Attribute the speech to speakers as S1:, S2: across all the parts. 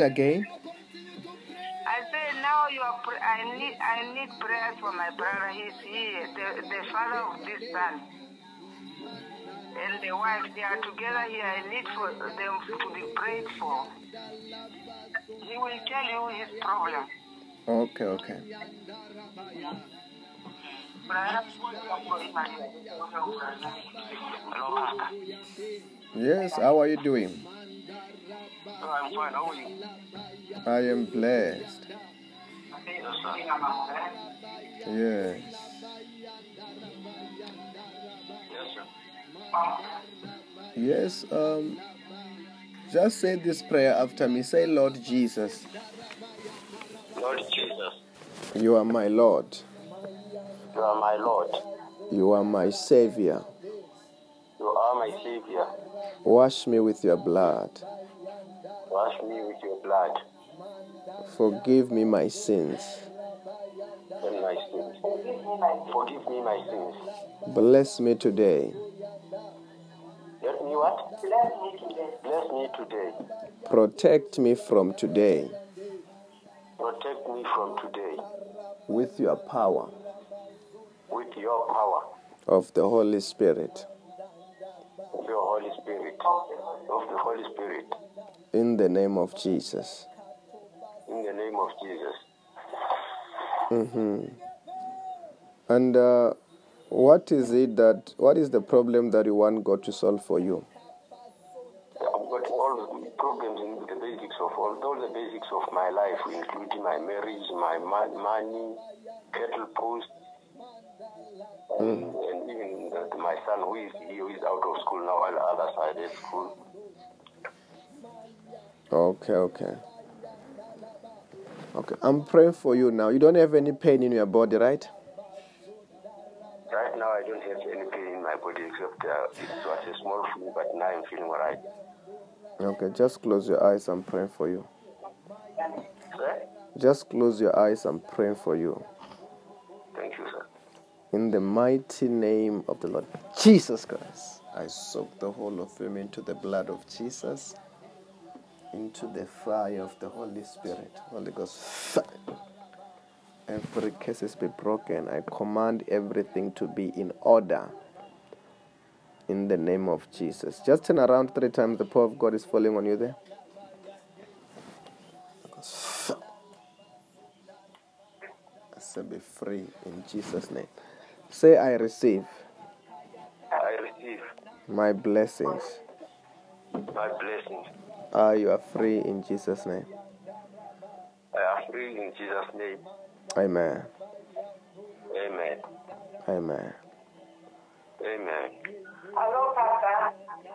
S1: again?
S2: I said, now you are. Pr- I need. I need prayers for my brother. He's here, the, the father of this son, and the wife. They are together here. I need for them to be prayed for. He will tell you his problem.
S1: Okay, okay.
S2: Brother, hello, Pastor.
S1: Yes, how are you doing?
S2: I'm fine. How are you?
S1: I am blessed.
S2: Yes, sir.
S1: Yes.
S2: Yes, sir.
S1: Yes, um just say this prayer after me. Say, Lord Jesus,
S2: Lord Jesus,
S1: you are my Lord.
S2: you are my Lord.
S1: You are my savior.
S2: You are my Savior.
S1: Wash me with your blood.
S2: Wash me with your blood
S1: Forgive me my sins.
S2: and my sins. Forgive me my sins.
S1: Bless me today.
S2: Let me what? Bless me today. Bless me today.
S1: Protect me from today
S2: Protect me from today
S1: with your power
S2: with your power
S1: of the Holy Spirit.
S2: of your Holy Spirit. Of the Holy Spirit.
S1: In the name of Jesus.
S2: In the name of Jesus.
S1: And uh, what is it that, what is the problem that you want God to solve for you?
S2: I've got all the problems in the basics of all, all the basics of my life, including my marriage, my ma- money, cattle post, and, and even that my son who is he who is out of school now on the other side of school.
S1: Okay, okay. Okay, I'm praying for you now. You don't have any pain in your body, right?
S2: Right now I don't have any pain in my body except uh, it was a small flu, but now I'm feeling alright.
S1: Okay, just close your eyes. I'm praying for you.
S2: Sir,
S1: Just close your eyes. I'm praying for you.
S2: thank you, sir.
S1: In the mighty name of the Lord Jesus Christ, I soak the whole of him into the blood of Jesus, into the fire of the Holy Spirit. Holy Ghost, fire. Every curse be broken. I command everything to be in order. In the name of Jesus. Just turn around three times. The power of God is falling on you there. Holy Ghost, fire. I say be free in Jesus' name. Say I receive
S2: I receive
S1: my blessings.
S2: my blessings.
S1: Ah, you are free in Jesus' name.
S2: I am free in Jesus' name.
S1: Amen.
S2: Amen.
S1: Amen.
S2: Amen.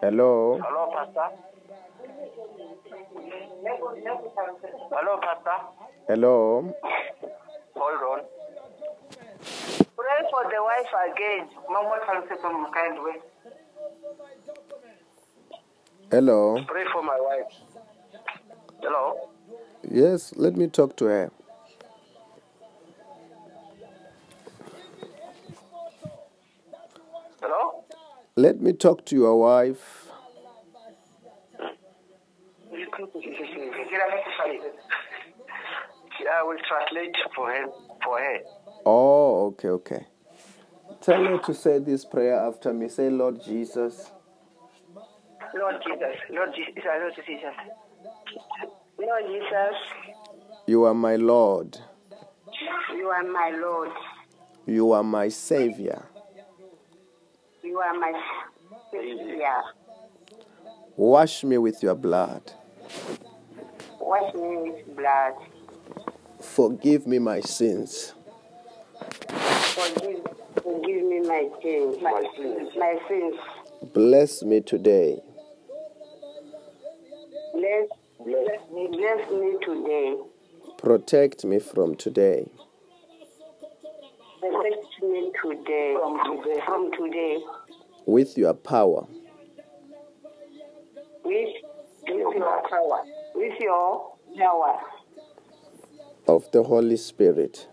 S1: Hello.
S2: Hello, Pastor. Hello, Pastor.
S1: Hello.
S2: Hold on. Pray for the wife again. Mama Tansipo Mkandwe.
S1: Hello.
S2: Pray for my wife. Hello.
S1: Yes, let me talk to her.
S2: Hello.
S1: Let me talk to your wife.
S2: I will translate for her. For her.
S1: Oh, okay, okay. Tell her to say this prayer after me. Say, Lord Jesus,
S2: Lord Jesus. Lord Jesus. Lord Jesus. Lord Jesus,
S1: you are my Lord.
S2: you are my Lord.
S1: You are my Savior.
S2: You are my Savior.
S1: Wash me with your blood.
S2: Wash me with blood.
S1: Forgive me my sins.
S2: Forgive, forgive me my sins. My, sins. My sins.
S1: Bless me today.
S2: Bless, bless, me. bless me today.
S1: Protect me from today.
S2: Protect me today. From today. From today.
S1: With your power.
S2: With, with your power. With your power.
S1: of the Holy Spirit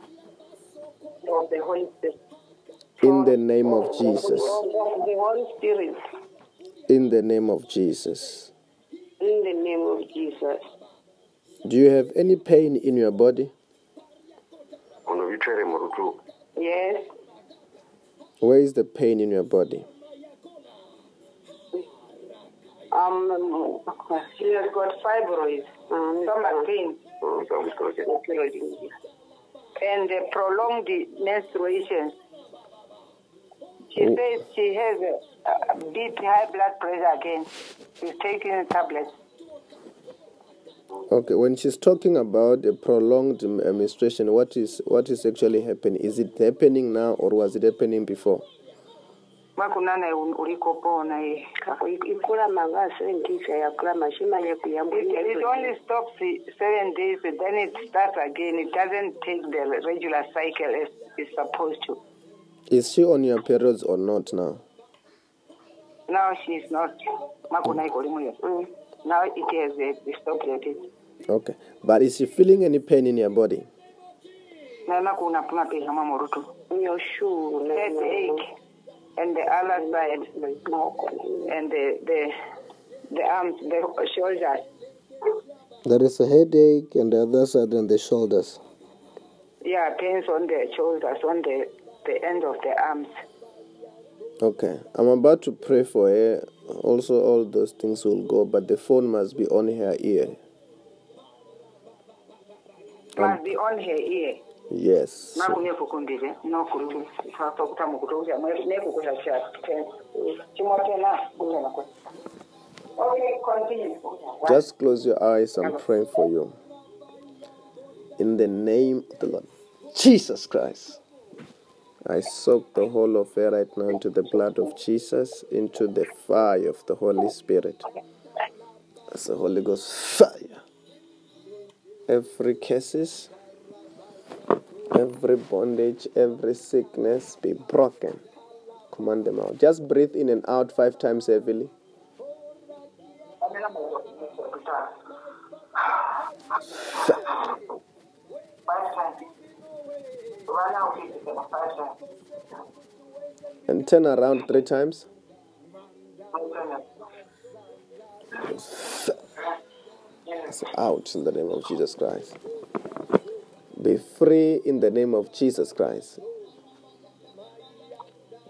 S2: Of the Holy Spirit.
S1: in the name of Jesus.
S2: Of the Holy Spirit.
S1: In the name of Jesus.
S2: In the name of Jesus.
S1: Do you have any pain in your body?
S3: ono bitswere morutu
S2: Yes.
S1: Where is the pain in your body?
S2: Um, she has got fibroids, stomach pain,
S3: kamsitoke
S2: and uh, prolonged menstruations. She says she has a, a bit high blood pressure again. She's taking tablets.
S1: Okay, when she's talking about a prolonged um, uh, menstruation, what is what is actually happening? Is it happening now or was it happening before?
S2: makunana ulikopona eh. ye
S4: ikula manga sengisa yakula mashimanya
S2: It, it
S4: kuyambuya
S2: only stops the seven days, and then it starts again. It doesn't take the regular cycle as it's supposed to.
S1: Is she on your periods or not now?
S2: Now she's not. Makuna iko limuyo. Mm. Now it has uh, stopped at it.
S1: Okay, but is she feeling any pain in your body?
S2: Na makuna puna pesa mama rutu.
S4: nyoshuna
S2: Headache and the other side and the the the arms, the shoulders.
S1: There is a headache and the other side on the shoulders.
S2: Yeah, pains on the shoulders, on the the end of the arms.
S1: Okay, I'm about to pray for her. Also, all those things will go, but the phone must be on her ear.
S2: Must be on her ear.
S1: Yes.
S2: makunekukumbire nokuru fakuta mukutoja nekukuja cha chimotena kunena kwa Okay, continue.
S1: Just close your eyes. I'm praying for you. In the name of the Lord Jesus Christ. I soak the whole of her right now into the blood of Jesus, into the fire of the Holy Spirit. As the Holy Ghost fire. Every curses, every bondage, every sickness be broken. Command them out. Just breathe in and out five times heavily. and turn around three times. It's out in the name of Jesus Christ. Be free in the name of Jesus Christ.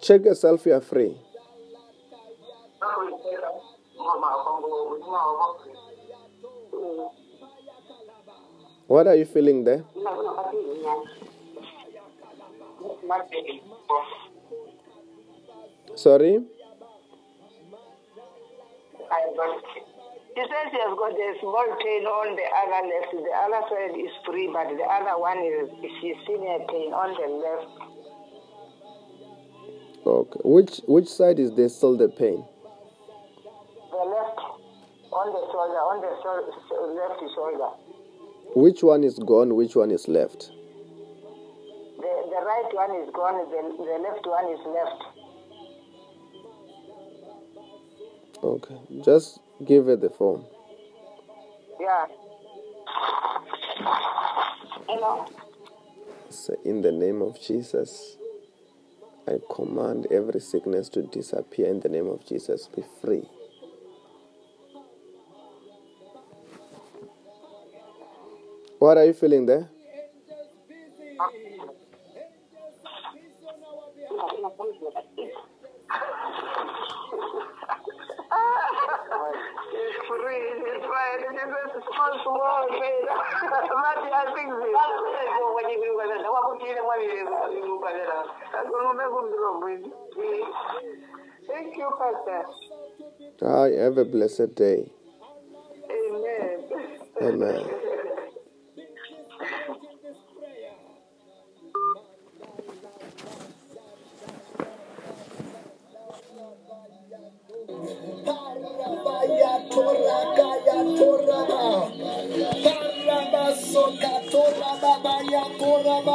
S1: Check yourself, you are free. What are you feeling there? Sorry?
S2: She says she has got a small pain on the other left. The other side is free, but the other one is she's seeing a pain on the left.
S1: Okay. Which which side is there still the pain?
S2: The left on the shoulder, on the shou- shou- left shoulder.
S1: Which one is gone? Which one is left?
S2: The, the right one is gone, the, the left one is left.
S1: Okay. Just give her the phone.
S2: Yeah. Hello.
S1: So in the name of Jesus, I command every sickness to disappear. In the name of Jesus, be free. What are you feeling there?
S2: It's free, it's fine, it is a small, small thing. But I think this. Thank you, Pastor.
S1: I have a blessed day.
S2: Amen.
S1: Amen.
S5: Toraba, Toraba, Toraba,